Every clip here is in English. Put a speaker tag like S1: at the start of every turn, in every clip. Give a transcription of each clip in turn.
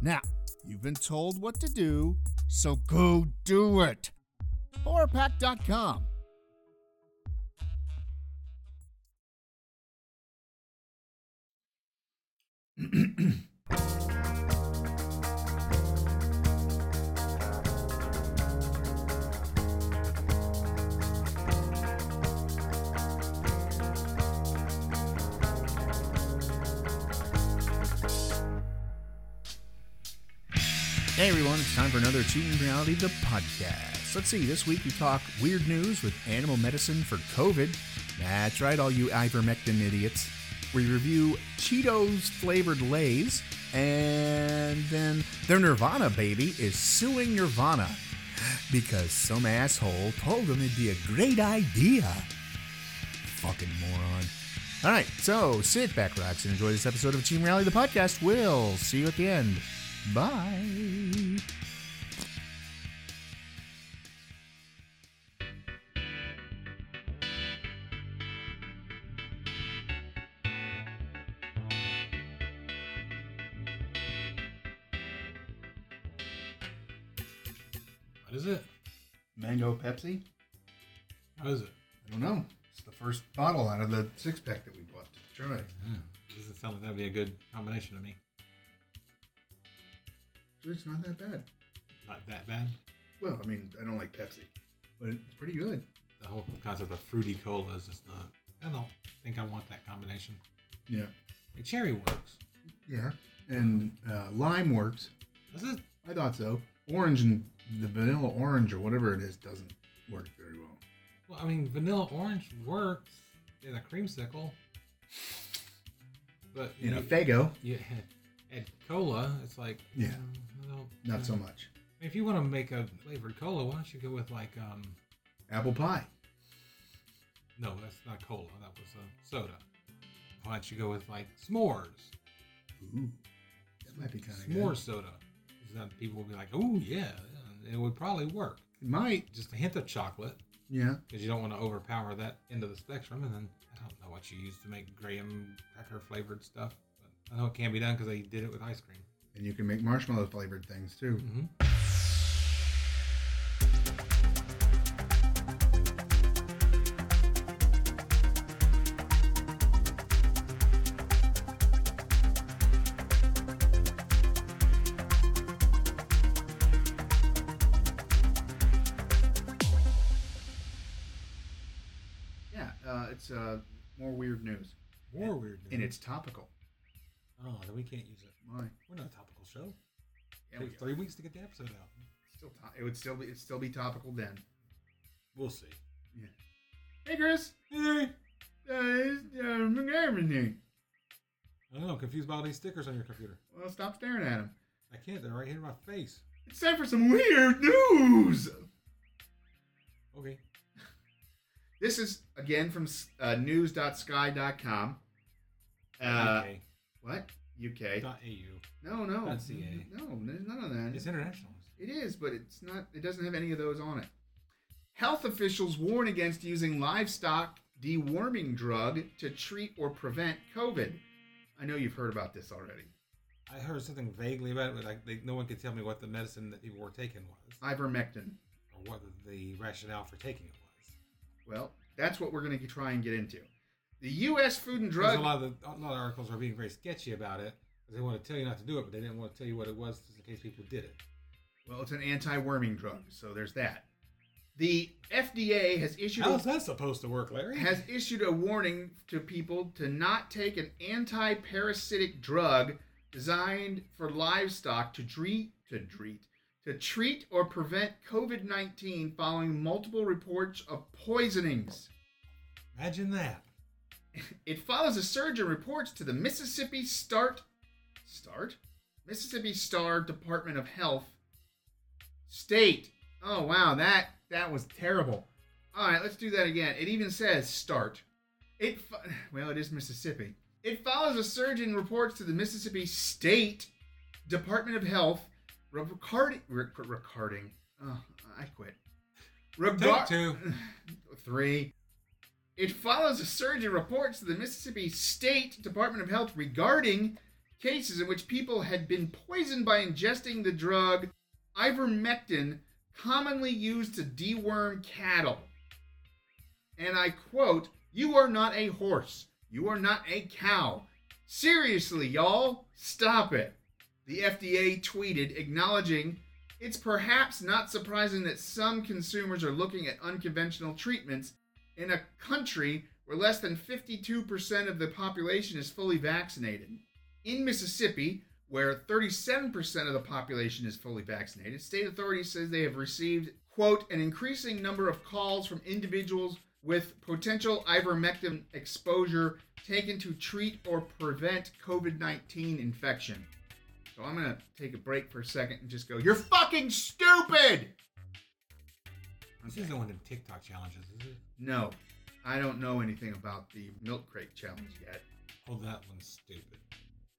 S1: Now, you've been told what to do, so go do it! horrorpack.com. Hey everyone, it's time for another Achieving Reality, the podcast. Let's see, this week we talk weird news with animal medicine for COVID. That's right, all you ivermectin idiots. We review Cheetos flavored Lays, and then their Nirvana baby is suing Nirvana because some asshole told them it'd be a great idea. Fucking moron. All right, so sit back, relax, and enjoy this episode of Team Rally the podcast. We'll see you at the end. Bye.
S2: What is it?
S1: Mango Pepsi?
S2: How is it?
S1: I don't know. It's the first bottle out of the six pack that we bought to try.
S2: Doesn't sound like that'd be a good combination to me.
S1: It's not that bad.
S2: Not that bad.
S1: Well, I mean, I don't like Pepsi, but it's pretty good.
S2: The whole concept of fruity cola is just not. I don't think I want that combination.
S1: Yeah.
S2: The cherry works.
S1: Yeah. And uh, lime works.
S2: Does it?
S1: I thought so. Orange and the vanilla orange or whatever it is doesn't work very well.
S2: Well, I mean, vanilla orange works in a creamsicle, but you,
S1: In a Fago,
S2: you had, add cola. It's like
S1: Yeah.
S2: mm, I don't,
S1: not so much.
S2: If you want to make a flavored cola, why don't you go with like um?
S1: Apple pie.
S2: No, that's not cola. That was a soda. Why don't you go with like s'mores?
S1: Ooh. That might be kind of
S2: S'more
S1: good.
S2: soda. Then people will be like, oh, yeah, yeah," it would probably work.
S1: It might.
S2: Just a hint of chocolate
S1: Yeah.
S2: because you don't want to overpower that end of the spectrum. And then I don't know what you use to make graham cracker flavored stuff. But I know it can be done because they did it with ice cream.
S1: And you can make marshmallow flavored things too.
S2: Mm-hmm.
S1: Yeah, uh, it's uh, more weird news.
S2: More weird.
S1: And
S2: news.
S1: it's topical.
S2: Oh, then we can't use it.
S1: My.
S2: We're not a topical show.
S1: Yeah,
S2: It
S1: we
S2: takes three weeks to get the episode out.
S1: still to- it would still be it'd still be topical then.
S2: We'll see.
S1: Yeah. Hey Chris.
S2: Hey!
S1: Uh, it's, uh, everything.
S2: I don't know. I'm confused by all these stickers on your computer.
S1: Well, stop staring at him.
S2: I can't. They're right here in my face.
S1: It's time for some weird news.
S2: Okay.
S1: This is again from uh, news.sky.com. Uh,
S2: okay.
S1: What? UK.
S2: Dot AU.
S1: No, no.
S2: Not CA.
S1: No, there's none of that.
S2: It's international.
S1: It is, but it's not. It doesn't have any of those on it. Health officials warn against using livestock deworming drug to treat or prevent COVID. I know you've heard about this already.
S2: I heard something vaguely about it, but like they, no one could tell me what the medicine that people were taking was,
S1: Ivermectin.
S2: or what the rationale for taking it was.
S1: Well, that's what we're going to try and get into. The U.S. Food and
S2: 'Cause
S1: Drug.
S2: A lot of the, a lot of articles are being very sketchy about it. 'cause They want to tell you not to do it, but they didn't want to tell you what it was, just in case people did it.
S1: well, it's an anti-worming drug, so there's that. The FDA has issued
S2: How's
S1: a,
S2: that supposed to work, Larry?
S1: has issued a warning to people to not take an anti-parasitic drug designed for livestock to treat to treat to treat or prevent COVID-19 following multiple reports of poisonings.
S2: Imagine that.
S1: It follows a surge in reports to the Mississippi Start Start Mississippi Star Department of Health state. Oh wow, that that was terrible. All right, let's do that again. It even says start. It fo- well, it is Mississippi. It follows a surge in reports to the Mississippi State Department of Health regarding re- regarding. Oh, I quit. Regar-
S2: Take two.
S1: Three. It follows a surge in reports to the Mississippi State Department of Health regarding cases in which people had been poisoned by ingesting the drug ivermectin, commonly used to deworm cattle. And I quote, You are not a horse. You are not a cow. Seriously, y'all, stop it. The FDA tweeted, acknowledging it's perhaps not surprising that some consumers are looking at unconventional treatments in a country where less than 52% of the population is fully vaccinated. In Mississippi, where 37% of the population is fully vaccinated, state authorities say they have received, quote, an increasing number of calls from individuals with potential ivermectin exposure taken to treat or prevent COVID 19 infection. So I'm gonna take a break for a second and just go, You're fucking stupid!
S2: This isn't one of the TikTok challenges, is it?
S1: No, I don't know anything about the milk crate challenge yet.
S2: Oh, that one's stupid.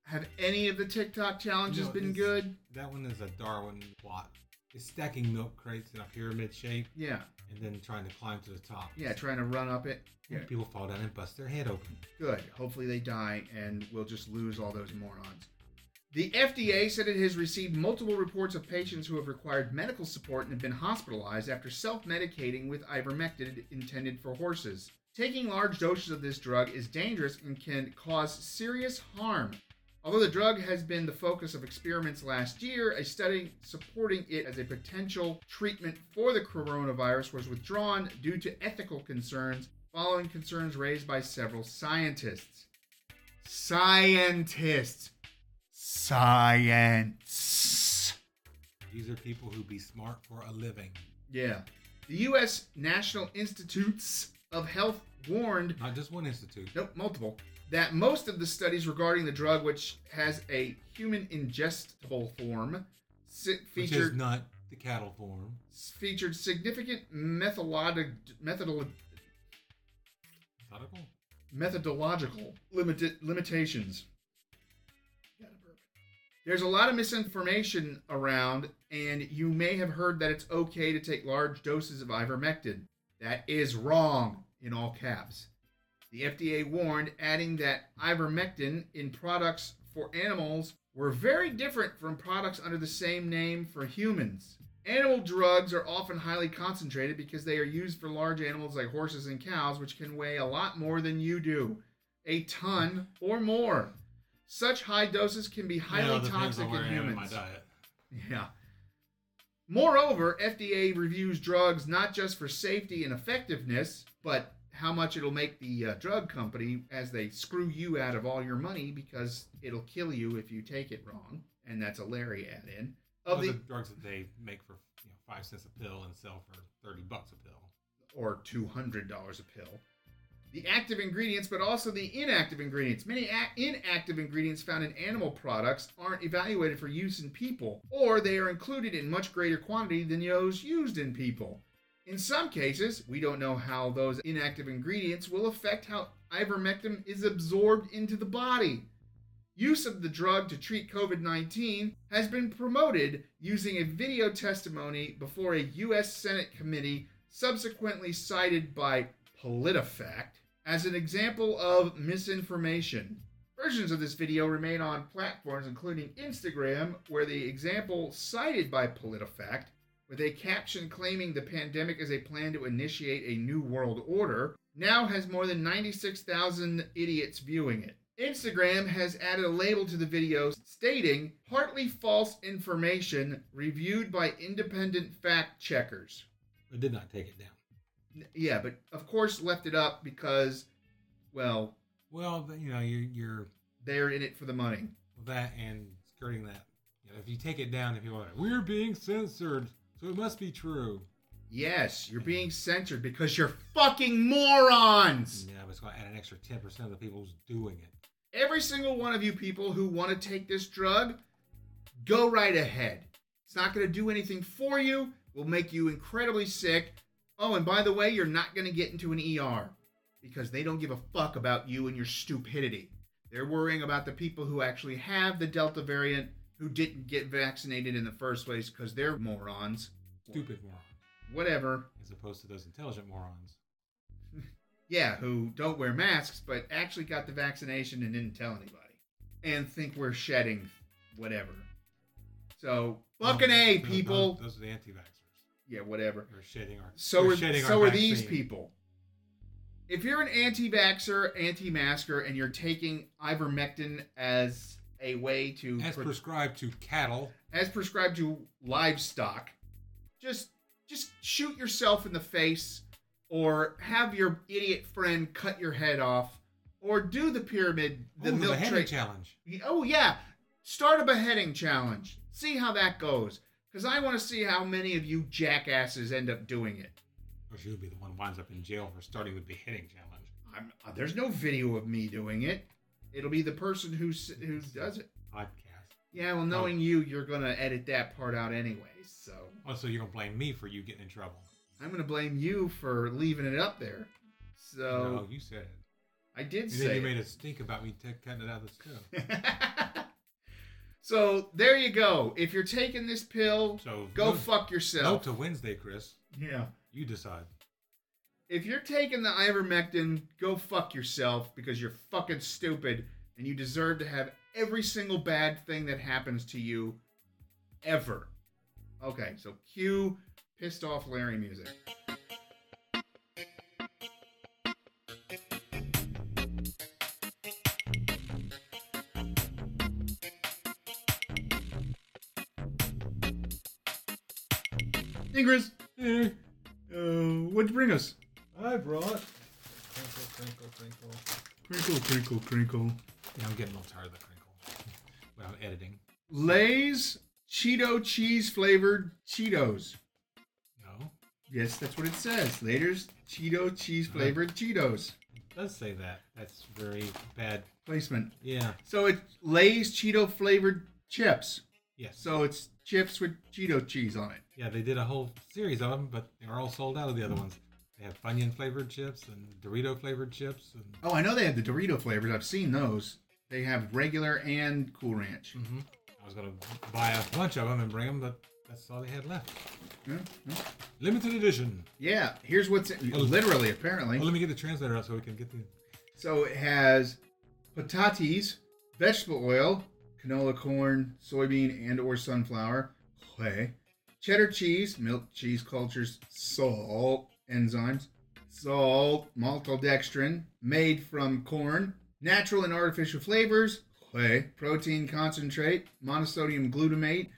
S1: Have any of the TikTok challenges
S2: No,
S1: been
S2: it's-
S1: good?
S2: That one is a Darwin plot. It's stacking milk crates in a pyramid shape
S1: Yeah,
S2: and then trying to climb to the top.
S1: yeah, trying to run up it.
S2: And People fall down and bust their head open.
S1: Good. Hopefully they die and we'll just lose all those morons. The FDA said it has received multiple reports of patients who have required medical support and have been hospitalized after self medicating with ivermectin intended for horses. Taking large doses of this drug is dangerous and can cause serious harm. Although the drug has been the focus of experiments last year, a study supporting it as a potential treatment for the coronavirus was withdrawn due to ethical concerns following concerns raised by several scientists. Scientists. Science.
S2: These are people who be smart for a living,
S1: Yeah. The U.S. National Institutes of Health warned
S2: not just one institute.
S1: Nope, multiple. That most of the studies regarding the drug, which has a human ingestible form, si-
S2: Which is
S1: featured
S2: not the cattle form.
S1: featured significant methodologic methodol-
S2: Nautical?
S1: methodological limit- limitations. Gotta burp. There's a lot of misinformation around, and you may have heard that it's okay to take large doses of ivermectin. That is wrong, in all caps. The FDA warned, adding that ivermectin in products for animals were very different from products under the same name for humans. Animal drugs are often highly concentrated because they are used for large animals like horses and cows, which can weigh a lot more than you do a ton or more. Such high doses can be highly
S2: Well, depends
S1: toxic
S2: on where
S1: in
S2: I am in my
S1: humans.
S2: diet.
S1: Yeah. Moreover, FDA reviews drugs not just for safety and effectiveness, but how much it'll make the uh, drug company as they screw you out of all your money because it'll kill you if you take it wrong. And that's a Larry add in. Of
S2: Well,
S1: the,
S2: the drugs that they make for you know, five cents a pill and sell for thirty bucks a pill.
S1: or $200 a pill. The active ingredients, but also the inactive ingredients. Many a- inactive ingredients found in animal products aren't evaluated for use in people, or they are included in much greater quantity than those used in people. In some cases, we don't know how those inactive ingredients will affect how ivermectin is absorbed into the body. Use of the drug to treat COVID 19 has been promoted using a video testimony before a U.S. Senate committee, subsequently cited by PolitiFact as an example of misinformation. Versions of this video remain on platforms including Instagram, where the example cited by PolitiFact, with a caption claiming the pandemic is a plan to initiate a new world order, now has more than 96,000 idiots viewing it. Instagram has added a label to the video stating partly false information reviewed by independent fact checkers.
S2: But did not take it down.
S1: N- Yeah, but of course left it up because, well,
S2: Well, but, you know, you're, you're
S1: they're in it for the money.
S2: that and skirting that. You know, if you take it down, if people are like, we're being censored, so it must be true.
S1: Yes, you're being censored because you're fucking morons.
S2: And then I was going to add an extra ten percent of the people who's doing it.
S1: Every single one of you people who want to take this drug, go right ahead. It's not going to do anything for you. Will make you incredibly sick. Oh, and by the way, you're not going to get into an ER because they don't give a fuck about you and your stupidity. They're worrying about the people who actually have the Delta variant who didn't get vaccinated in the first place because they're morons.
S2: Stupid morons,
S1: Whatever.
S2: as opposed to those intelligent morons.
S1: Yeah, who don't wear masks but actually got the vaccination and didn't tell anybody and think we're shedding whatever. So, fucking A,
S2: No, no,
S1: people.
S2: Those are the anti-vaxxers.
S1: Yeah, whatever.
S2: They're shedding our.
S1: So
S2: they're
S1: are,
S2: shedding
S1: so
S2: our
S1: are these
S2: vaccine.
S1: people. If you're an anti-vaxxer, anti-masker, and you're taking ivermectin as a way to
S2: As
S1: pro-
S2: prescribed to cattle,
S1: as prescribed to livestock, just just shoot yourself in the face, or have your idiot friend cut your head off, or do the pyramid, the
S2: Ooh, the
S1: milk
S2: beheading
S1: trick.
S2: challenge.
S1: Oh yeah, start a beheading challenge. See how that goes, because I want to see how many of you jackasses end up doing it.
S2: Or she would be the one who winds up in jail for starting the beheading challenge.
S1: I'm, uh, there's no video of me doing it. It'll be the person who s- who does it.
S2: Podcast.
S1: Yeah, well, knowing you, you're gonna edit that part out anyway. So
S2: Oh, so you're gonna blame me for you getting in trouble?
S1: I'm gonna blame you for leaving it up there. So
S2: no, you said it.
S1: I did
S2: And
S1: say.
S2: then you
S1: it.
S2: made a stink about me t- cutting it out of the show.
S1: so there you go. If you're taking this pill,
S2: So
S1: go
S2: no,
S1: fuck
S2: no
S1: yourself.
S2: to Wednesday, Chris.
S1: yeah.
S2: You decide.
S1: If you're taking the ivermectin, go fuck yourself because you're fucking stupid and you deserve to have every single bad thing that happens to you ever. Okay, so cue pissed off Larry music. Ingris,
S2: Eh,
S1: uh, what'd you bring us?
S2: I brought. Crinkle, crinkle, crinkle.
S1: Crinkle, crinkle, crinkle.
S2: Yeah, I'm getting a little tired of the crinkle. When I'm editing.
S1: Lay's Cheeto cheese flavored Cheetos.
S2: No,
S1: Yes, that's what it says. Lay's Cheeto cheese flavored Cheetos
S2: it does say that. That's very bad.
S1: placement.
S2: Yeah.
S1: So it's Lay's Cheeto flavored chips.
S2: Yes.
S1: So it's chips with Cheeto cheese on it.
S2: Yeah, they did a whole series of them, but they were all sold out of the other ones. They have Funyun flavored chips and Dorito flavored chips, and
S1: Oh, I know they have the Dorito flavors. I've seen those. They have regular and Cool
S2: Hmm.
S1: Ranch.
S2: I was gonna buy a bunch of them and bring them, but that's all they had left.
S1: Yeah, yeah.
S2: Limited edition.
S1: Hmm? Yeah, here's what's in, literally apparently.
S2: Well, let me get the translator out so we can get the.
S1: So it has patates, vegetable oil, canola corn, soybean and or sunflower, clay, cheddar cheese, milk cheese cultures, salt, enzymes, salt, maltodextrin, made from corn, natural and artificial flavors, clay, protein concentrate, monosodium glutamate,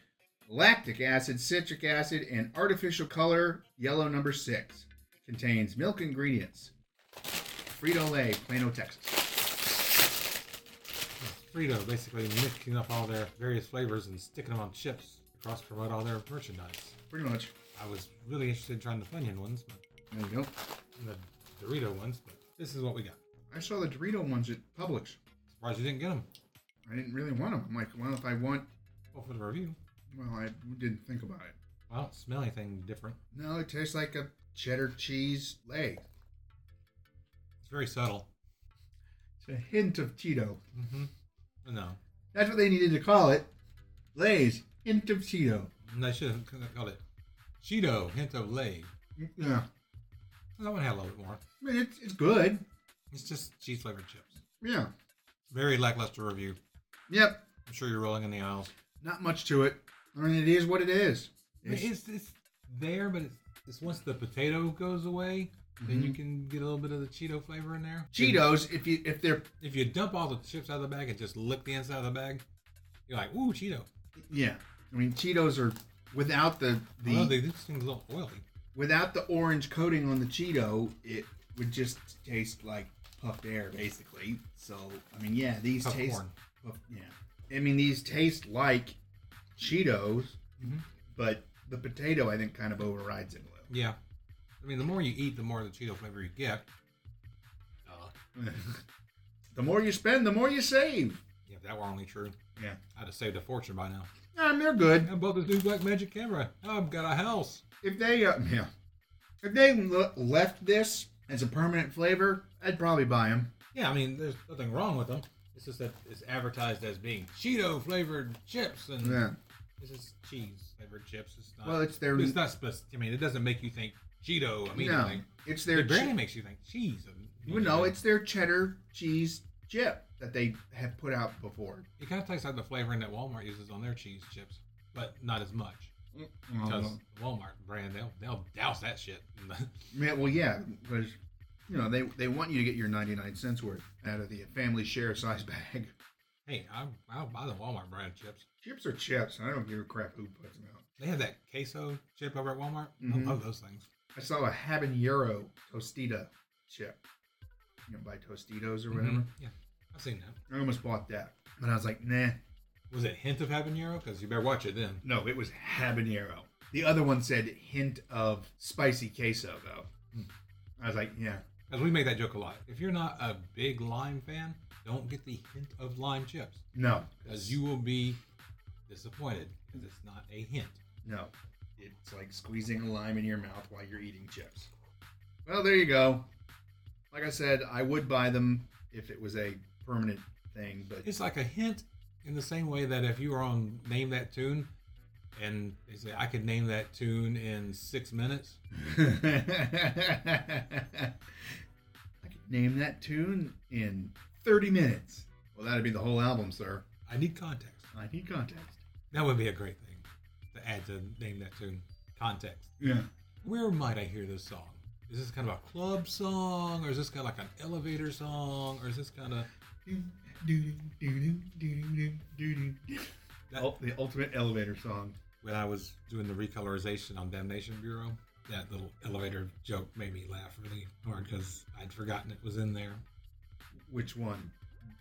S1: lactic acid, citric acid, and artificial color, yellow number 6. Contains milk ingredients. Frito Lay, Plano, Texas.
S2: Frito basically mixing up all their various flavors and sticking them on chips to cross promote all their merchandise.
S1: Pretty much.
S2: I was really interested in trying the Funyun ones, but
S1: No, you don't.
S2: and the Dorito ones, but this is what we got.
S1: I saw the Dorito ones at Publix.
S2: Surprised you didn't get them.
S1: I didn't really want them. I'm like, well, if I want,
S2: Well, for the review,
S1: well, I didn't think about it.
S2: I don't smell anything different.
S1: No, it tastes like a cheddar cheese lay.
S2: It's very subtle.
S1: It's a hint of Cheeto.
S2: Mm-hmm. No,
S1: That's what they needed to call it. Lay's hint of Cheeto.
S2: And I should have called it Cheeto Hint of Lay.
S1: Yeah,
S2: That one had a little bit more.
S1: I mean it's, it's good.
S2: It's just cheese flavored chips.
S1: Yeah.
S2: Very lackluster review.
S1: Yep.
S2: I'm sure you're rolling in the aisles.
S1: Not much to it. I mean, it is what it is.
S2: I mean, It's, it's, there, but it's, it's once the potato goes away, then you can get a little bit of the Cheeto flavor in there.
S1: Cheetos. If you if they're
S2: If you dump all the chips out of the bag and just lick the inside of the bag, you're like, ooh, Cheeto.
S1: yeah, I mean Cheetos are without the the
S2: Although they, this thing's a little oily.
S1: without the orange coating on the Cheeto, it would just taste like puffed air, basically. So, I mean, yeah, these
S2: Puff
S1: taste.
S2: corn.
S1: puff- yeah, I mean, these taste like Cheetos,
S2: Mhm.
S1: but the potato, I think, kind of overrides it a
S2: Yeah. I mean, the more you eat, the more of the Cheeto flavor you get. Uh,
S1: little. the more you spend, the more you save.
S2: yeah, if that were only true,
S1: Yeah.
S2: I'd have saved a fortune by now.
S1: I mean, they're good.
S2: I bought this new Black Magic camera. I've got a house.
S1: If they, uh, yeah, if they le- left this as a permanent flavor, I'd probably buy them.
S2: Yeah, I mean, there's nothing wrong with them. It's just that it's advertised as being Cheeto flavored chips, and
S1: Yeah.
S2: this is cheese flavored chips. It's not.
S1: Well, it's their
S2: it's not supposed. I mean, it doesn't make you think Cheeto
S1: no,
S2: immediately.
S1: it's
S2: No,
S1: their.
S2: it barely
S1: Che-
S2: makes you think cheese.
S1: well, no, it's their cheddar cheese chip that they have put out before.
S2: it kind of tastes like the flavoring that Walmart uses on their cheese chips, but not as much because
S1: Um,
S2: the Walmart brand they'll they'll douse that shit.
S1: yeah, well, yeah, because you know they they want you to get your ninety nine cents worth out of the family share size bag.
S2: hey, I, I'll buy the Walmart brand chips.
S1: Chips are chips. and I don't give a crap who puts them out.
S2: They have that queso chip over at Walmart.
S1: Mhm.
S2: I love those things.
S1: I saw a habanero tostita chip. You know, by Tostitos or whatever.
S2: Mhm. Yeah, I've seen that.
S1: I almost bought that, but I was like, nah.
S2: Was it hint of habanero? Because you better watch it then.
S1: No, it was habanero. The other one said hint of spicy queso though. I was like, yeah,
S2: Because we make that joke a lot. If you're not a big lime fan, don't get the hint of lime chips.
S1: no,
S2: Because you will be disappointed. Because it's not a hint.
S1: no. It's like squeezing a lime in your mouth while you're eating chips. Well, there you go. Like I said, I would buy them if it was a permanent thing, but
S2: It's like a hint in the same way that if you were on Name That Tune and they say, I could name that tune in six minutes.
S1: I could name that tune in 30 minutes. Well, that'd be the whole album, sir.
S2: I need context.
S1: I need context.
S2: That would be a great thing to add to Name That Tune context.
S1: Yeah.
S2: Where might I hear this song? Is this kind of a club song? Or is this kind of like an elevator song? Or is this kind of. That,
S1: Ul- The ultimate elevator song.
S2: when I was doing the recolorization on Damnation Bureau, that little elevator joke made me laugh really hard because I'd forgotten it was in there.
S1: Which one?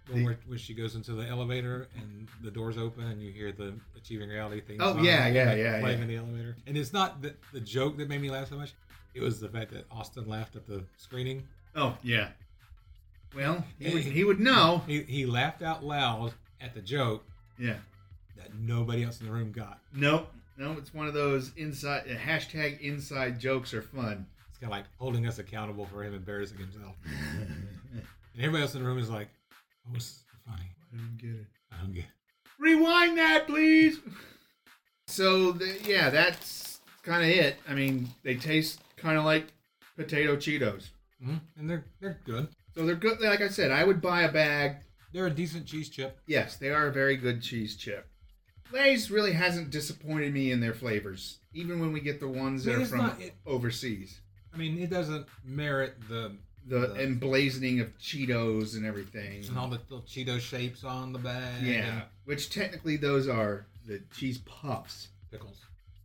S2: When,
S1: The-
S2: we're, when she goes into the elevator and the doors open and you hear the Achieving Reality thing.
S1: Oh,
S2: song
S1: yeah, yeah,
S2: like,
S1: yeah,
S2: Playing
S1: yeah.
S2: in the elevator. And it's not the, the joke that made me laugh so much. It was the fact that Austin laughed at the screening.
S1: Oh, yeah. Well, he would, he would know.
S2: He, he laughed out loud at the joke
S1: Yeah.
S2: that nobody else in the room got.
S1: Nope. No, it's one of those inside uh, hashtag inside jokes are fun.
S2: It's kind of like holding us accountable for him embarrassing himself. And everybody else in the room is like, what was funny?
S1: didn't get it.
S2: I don't get it.
S1: Rewind that, please. So the, yeah, that's kind of it. I mean, they taste kind of like potato Cheetos.
S2: hmm And they're they're good.
S1: So they're good. Like I said, I would buy a bag.
S2: They're a decent cheese chip.
S1: Yes, they are a very good cheese chip. Lay's really hasn't disappointed me in their flavors, even when we get the ones that
S2: I mean,
S1: are
S2: it's
S1: from
S2: not- it-
S1: overseas.
S2: I mean, it doesn't merit the
S1: The
S2: the-
S1: emblazoning of Cheetos and everything.
S2: and all the little Cheeto shapes on the bag.
S1: yeah,
S2: and
S1: which technically those are the cheese puffs.
S2: pickles.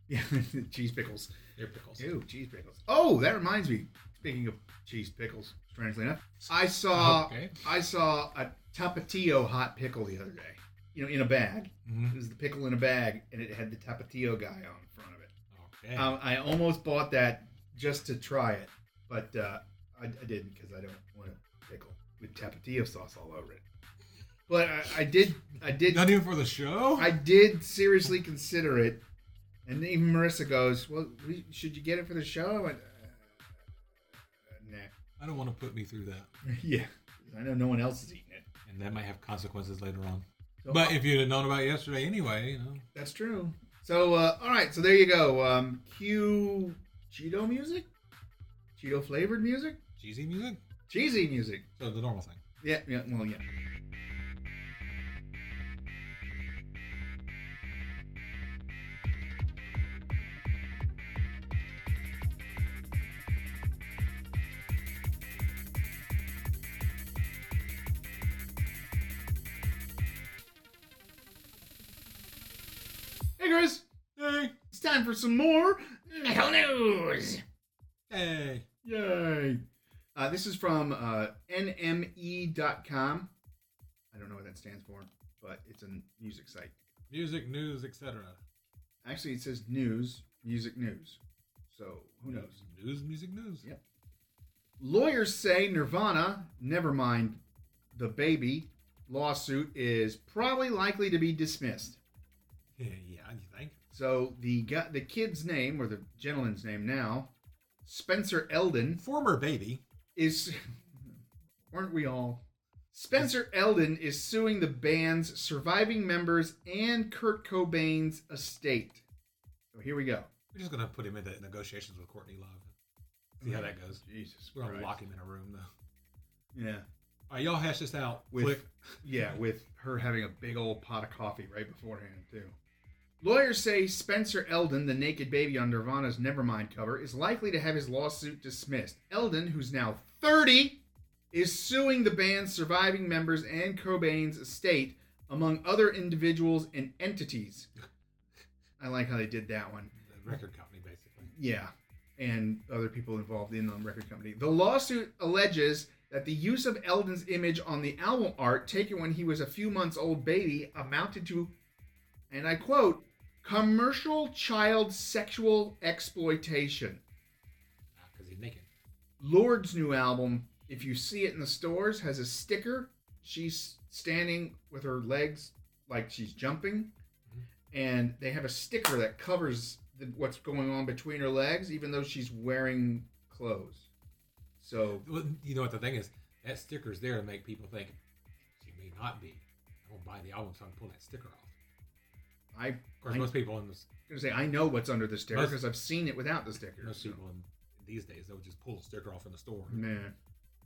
S1: Yeah, cheese pickles.
S2: They're pickles.
S1: Ew, cheese pickles. Oh, that reminds me. Speaking of cheese pickles, strangely enough, I saw
S2: Okay.
S1: I saw a tapatio hot pickle the other day. You know, in a bag.
S2: Mhm.
S1: It was the pickle in a bag, and it had the tapatio guy on front of it.
S2: Okay.
S1: Um, I almost bought that just to try it, but uh, I, I didn't because I don't want a pickle with tapatio sauce all over it. But I, I did. I did.
S2: Not even for the show.
S1: I did seriously consider it, and even Marissa goes, "Well, we, should you get it for the show?" I went, uh, "Nah."
S2: I don't want to put me through that,
S1: yeah, I know no one else is eating it.
S2: and that might have consequences later on.
S1: So-
S2: But if you'd have known about it yesterday anyway, you know.
S1: That's true. So, uh, all right, so there you go. Um, cue Cheeto music, Cheeto flavored music,
S2: Cheesy music.
S1: cheesy music.
S2: So the normal thing.
S1: Yeah, yeah, well, yeah. Hey, Chris,
S2: Hey.
S1: it's time for some more metal news.
S2: Hey.
S1: Yay! Uh, this is from uh, NME.com. I don't know what that stands for, but it's a music site.
S2: Music news, etc.
S1: Actually, it says news, music news. So who knows?
S2: News, music news.
S1: Yeah. Lawyers say Nirvana, never mind the baby, lawsuit is probably likely to be dismissed.
S2: yeah, you think?
S1: So the guy, the kid's name or the gentleman's name now, Spencer Eldon
S2: Former baby.
S1: is weren't we all? Spencer Eldon is suing the band's surviving members and Kurt Cobain's estate. So here we go.
S2: We're just gonna put him into negotiations with Courtney Love. See how that goes.
S1: Jesus,
S2: We're gonna
S1: Christ.
S2: lock him in a room though.
S1: Yeah,
S2: All right, y'all hash this out
S1: With-
S2: quick.
S1: yeah, with her having a big old pot of coffee right beforehand too. Lawyers say Spencer Eldon, the naked baby on Nirvana's Nevermind cover, is likely to have his lawsuit dismissed. Eldon, who's now 30, is suing the band's surviving members and Cobain's estate, among other individuals and entities. I like how they did that one.
S2: The record company, basically.
S1: Yeah, and other people involved in the record company. The lawsuit alleges that the use of Eldon's image on the album art taken when he was a few months old baby amounted to, and I quote, commercial child sexual exploitation.
S2: Because Ah, he's naked.
S1: Lord's new album, if you see it in the stores, has a sticker. She's standing with her legs like she's jumping, and they have a sticker that covers the, what's going on between her legs, even though she's wearing clothes. So,
S2: Well, you know what the thing is? That sticker's there to make people think she may not be. I won't buy the album, so I'm pulling that sticker off.
S1: I'm
S2: Of course,
S1: I-
S2: most people in this,
S1: gonna say I know what's under the sticker
S2: Most-
S1: because I've seen it without the sticker.
S2: most
S1: so.
S2: people in these days, they'll just pull the sticker off in the store.
S1: Man.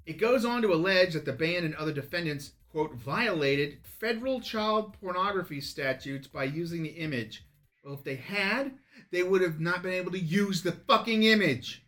S1: It goes on to allege that the band and other defendants, quote, violated federal child pornography statutes by using the image. Well, if they had, they would have not been able to use the fucking image.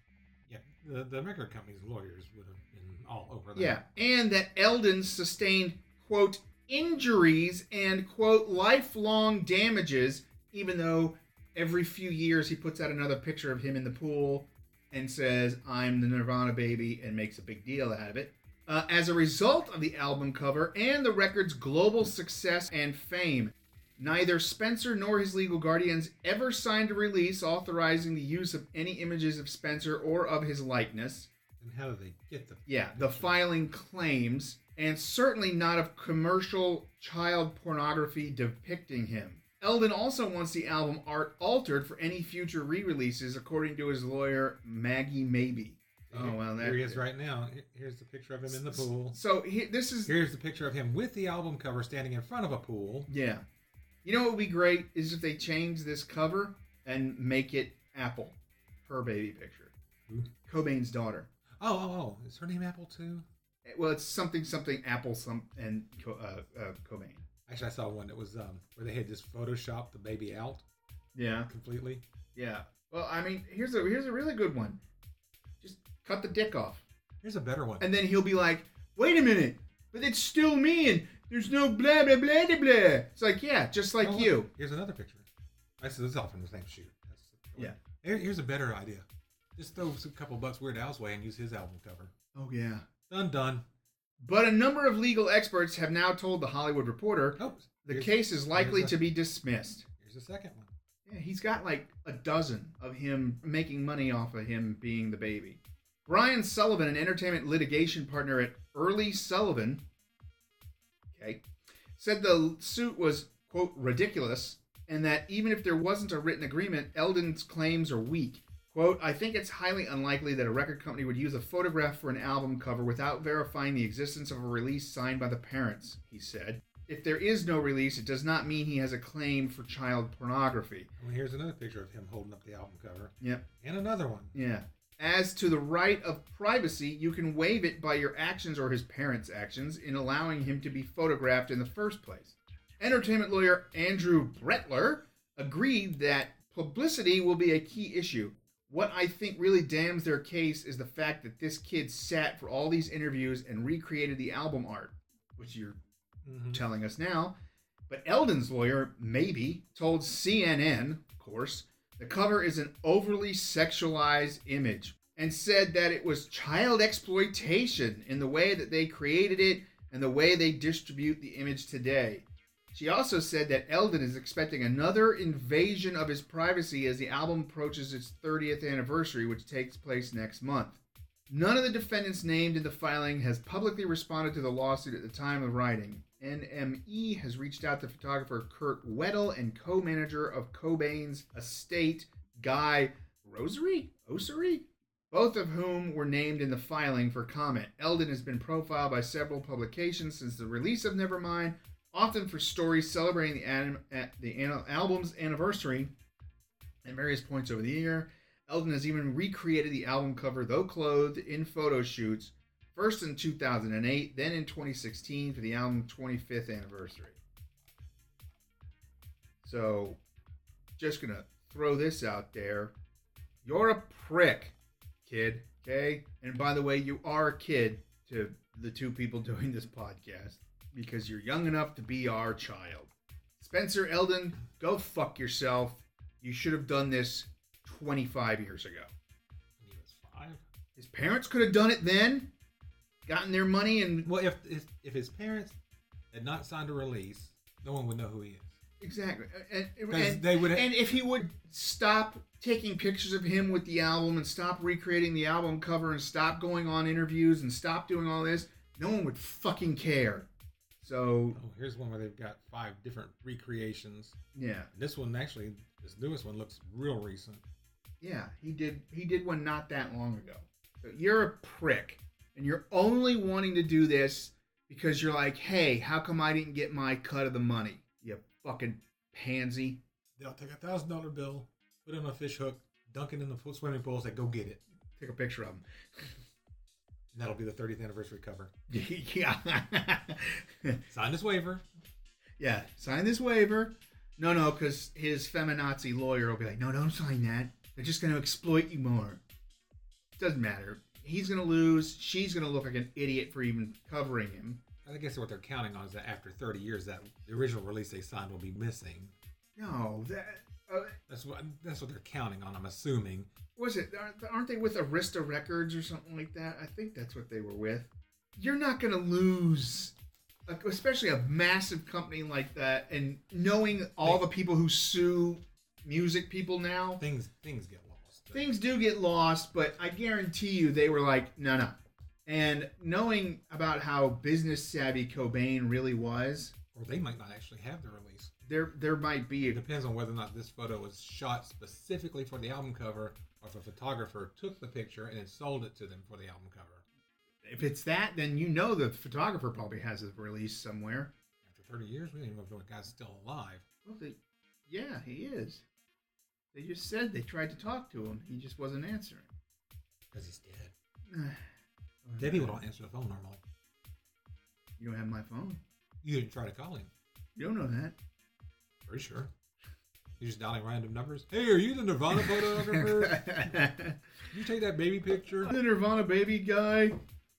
S2: Yeah, the, the record company's lawyers would have been all over that.
S1: Yeah. And that Eldon sustained, quote, injuries and, quote, lifelong damages, even though every few years he puts out another picture of him in the pool and says, I'm the Nirvana baby, and makes a big deal out of it. Uh, as a result of the album cover and the record's global success and fame, neither Spencer nor his legal guardians ever signed a release authorizing the use of any images of Spencer or of his likeness.
S2: And how do they get the?
S1: Yeah, the filing claims, and certainly not of commercial child pornography depicting him. Eldon also wants the album art altered for any future re releases, according to his lawyer, Maggie Maybe. Oh, well, that.
S2: Here he is right now. Here- Here's the picture of him in the pool.
S1: So he, this is.
S2: Here's the picture of him with the album cover standing in front of a pool.
S1: Yeah. You know what would be great is if they change this cover and make it Apple, her baby picture.
S2: Who?
S1: Cobain's daughter.
S2: Oh, oh, oh! Is her name Apple too?
S1: Well, it's something, something, Apple, some, and Co- uh, uh, Cobain.
S2: Actually, I saw one that was um, where they had just photoshopped the baby out
S1: Yeah.
S2: completely.
S1: Yeah. Well, I mean, here's a here's a really good one. Just cut the dick off,
S2: Here's a better one.
S1: and then he'll be like, "Wait a minute, but it's still me, and there's no blah blah blah blah." blah." It's like, yeah, just like
S2: Oh, look,
S1: you.
S2: Here's another picture. That's this is all from the same shoot. That's
S1: Yeah.
S2: Here- here's a better idea. Just throw a couple bucks Weird Al's way and use his album cover.
S1: Oh yeah.
S2: Done, done.
S1: But a number of legal experts have now told the Hollywood Reporter
S2: Nope.
S1: the
S2: Oh, Here's-
S1: case is likely
S2: here's
S1: to
S2: a-
S1: be dismissed.
S2: Here's the second one.
S1: Yeah, he's got like a dozen of him making money off of him being the baby. Brian Sullivan, an entertainment litigation partner at Early Sullivan, okay, said the suit was, quote, ridiculous, and that even if there wasn't a written agreement, Eldon's claims are weak. Quote, I think it's highly unlikely that a record company would use a photograph for an album cover without verifying the existence of a release signed by the parents, he said. If there is no release, it does not mean he has a claim for child pornography.
S2: And here's another picture of him holding up the album cover.
S1: Yep.
S2: And another one.
S1: Yeah. As to the right of privacy, you can waive it by your actions or his parents' actions in allowing him to be photographed in the first place. Entertainment lawyer Andrew Bretler agreed that publicity will be a key issue. What I think really damns their case is the fact that this kid sat for all these interviews and recreated the album art, which you're
S2: Mhm.
S1: telling us now. But Eldon's lawyer, maybe, told CNN, of course, the cover is an overly sexualized image and said that it was child exploitation in the way that they created it and the way they distribute the image today. She also said that Eldon is expecting another invasion of his privacy as the album approaches its 30th anniversary, which takes place next month. None of the defendants named in the filing has publicly responded to the lawsuit at the time of writing. NME has reached out to photographer Kurt Weddle and co-manager of Cobain's estate, Guy Rosary? Osary? Both of whom were named in the filing for comment. Eldon has been profiled by several publications since the release of Nevermind, often for stories celebrating the, anim- at the an- album's anniversary at various points over the year. Eldon has even recreated the album cover, though clothed, in photo shoots, first in 2008, then in 2016 for the album's 25th anniversary. So, just gonna throw this out there. You're a prick, kid, okay? And by the way, you are a kid to the two people doing this podcast because you're young enough to be our child. Spencer Eldon, go fuck yourself. You should have done this 25 years ago.
S2: When he was five.
S1: His parents could have done it then, gotten their money, and
S2: Well, if if, if his parents had not signed a release, no one would know who he is.
S1: exactly. And, and-
S2: 'Cause
S1: and-
S2: they would have-
S1: and if he would stop taking pictures of him with the album and stop recreating the album cover and stop going on interviews and stop doing all this, no one would fucking care. So
S2: Oh, here's one where they've got five different recreations.
S1: yeah,
S2: This one actually, this newest one looks real recent.
S1: yeah, he did. He did one not that long ago. So you're a prick, and you're only wanting to do this because you're like, hey, how come I didn't get my cut of the money? You fucking pansy.
S2: They'll take a thousand dollar bill, put it on a fish hook, dunk it in the pool- swimming pool, say, "Go get it."
S1: Take a picture of him.
S2: And that'll be the 30th anniversary cover.
S1: yeah.
S2: Sign this waiver.
S1: yeah. Sign this waiver. No, no, because his feminazi lawyer will be like, no, don't sign that. They're just going to exploit you more. Doesn't matter. He's going to lose. She's going to look like an idiot for even covering him.
S2: I guess what they're counting on is that after 30 years, that the original release they signed will be missing.
S1: No, that. Uh,
S2: That's what that's what they're counting on. I'm assuming.
S1: was it? Aren't- Aren't they with Arista Records or something like that? I think that's what they were with. You're not going to lose, like, especially a massive company like that, and knowing all the people who sue music people now,
S2: Things things get lost.
S1: things do get lost. But I guarantee you, they were like, no, no. And knowing about how business savvy Cobain really was,
S2: or they might not actually have the release.
S1: there there might be
S2: It
S1: a
S2: depends on whether or not this photo was shot specifically for the album cover, or if a photographer took the picture and then sold it to them for the album cover.
S1: if it's that, then you know the photographer probably has a release somewhere.
S2: After 30 years, we don't even know if the guy's still alive.
S1: Well, they, yeah, he is. They just said they tried to talk to him. He just wasn't answering.
S2: Because he's dead.
S1: Or-
S2: Debbie would not answer the phone normally.
S1: You don't have my phone.
S2: You didn't try to call him.
S1: You don't know that.
S2: Pretty sure. You're just dialing random numbers. Hey, are you the Nirvana photographer? you take that baby picture?
S1: the Nirvana baby guy.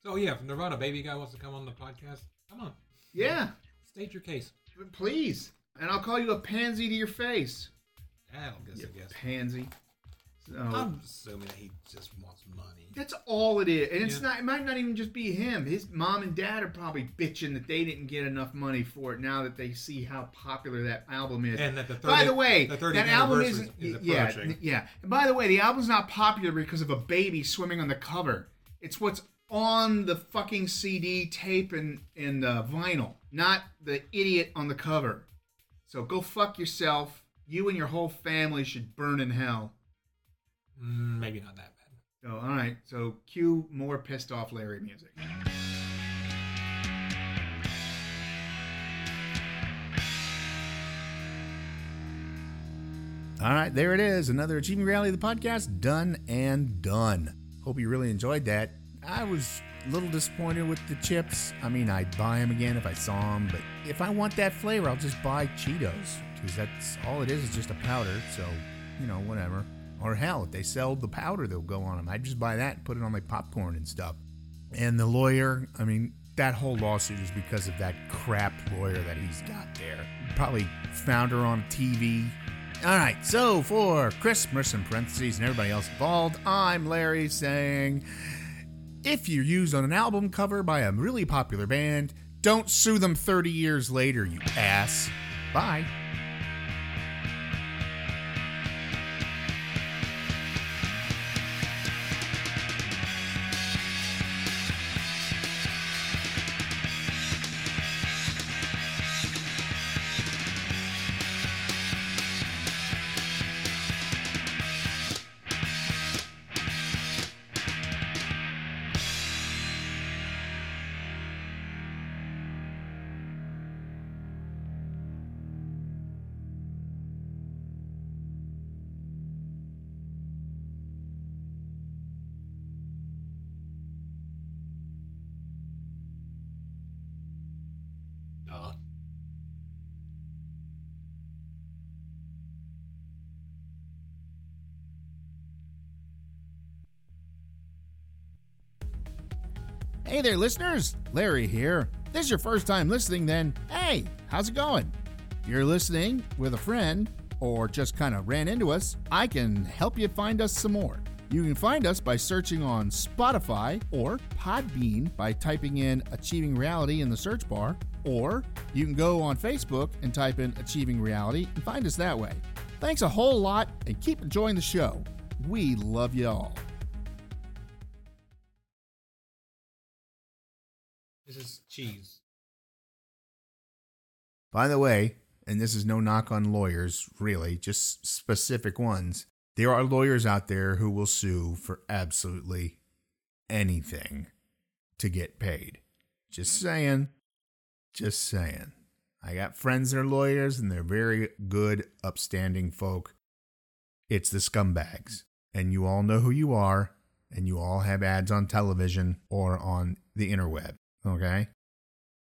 S2: So, yeah, if Nirvana baby guy wants to come on the podcast, come on.
S1: Yeah,
S2: State your case.
S1: please. And I'll call you a pansy to your face.
S2: That'll get us a guess.
S1: pansy. So,
S2: I'm assuming that he just wants money.
S1: that's all it is. And it's
S2: Yeah.
S1: not it might not even just be him. His mom and dad are probably bitching that they didn't get enough money for it now that they see how popular that album is.
S2: And that the 30th,
S1: by the way,
S2: the 30th
S1: that album
S2: anniversary
S1: isn't.
S2: is
S1: yeah,
S2: approaching.
S1: yeah. And by the way, the album's not popular because of a baby swimming on the cover. It's what's on the fucking CD, tape, and and uh, vinyl, not the idiot on the cover. So go fuck yourself. You and your whole family should burn in hell.
S2: Mm, maybe not that bad.
S1: So, all right. So cue more pissed off Larry music.
S3: All right, there it is. Another Achieving Reality of the podcast done and done. Hope you really enjoyed that. I was a little disappointed with the chips. I mean, I'd buy them again if I saw them, but if I want that flavor, I'll just buy Cheetos because that's all it is. It's just a powder, so you know, whatever. Or hell, if they sell the powder, they'll go on them. I just buy that and put it on my popcorn and stuff. And the lawyer, I mean, that whole lawsuit is because of that crap lawyer that he's got there. Probably found her on TV. All right, so for Chris Merson, parentheses, and everybody else involved, I'm Larry saying if you're used on an album cover by a really popular band, don't sue them 30 years later, you ass. Bye.
S4: Duh.
S1: Hey there, listeners. Larry here. If this is your first time listening, then hey, how's it going? If you're listening with a friend or just kind of ran into us, I can help you find us some more. You can find us by searching on Spotify or Podbean by typing in Achieving Reality in the search bar, or you can go on Facebook and type in Achieving Reality and find us that way. Thanks a whole lot and keep enjoying the show. We love you all.
S2: This is cheese.
S1: By the way, and this is no knock on lawyers, really, just specific ones. There are lawyers out there who will sue for absolutely anything to get paid. Just saying. Just saying. I got friends that are lawyers and they're very good, upstanding folk. It's the scumbags. And you all know who you are, and you all have ads on television or on the interweb. Okay?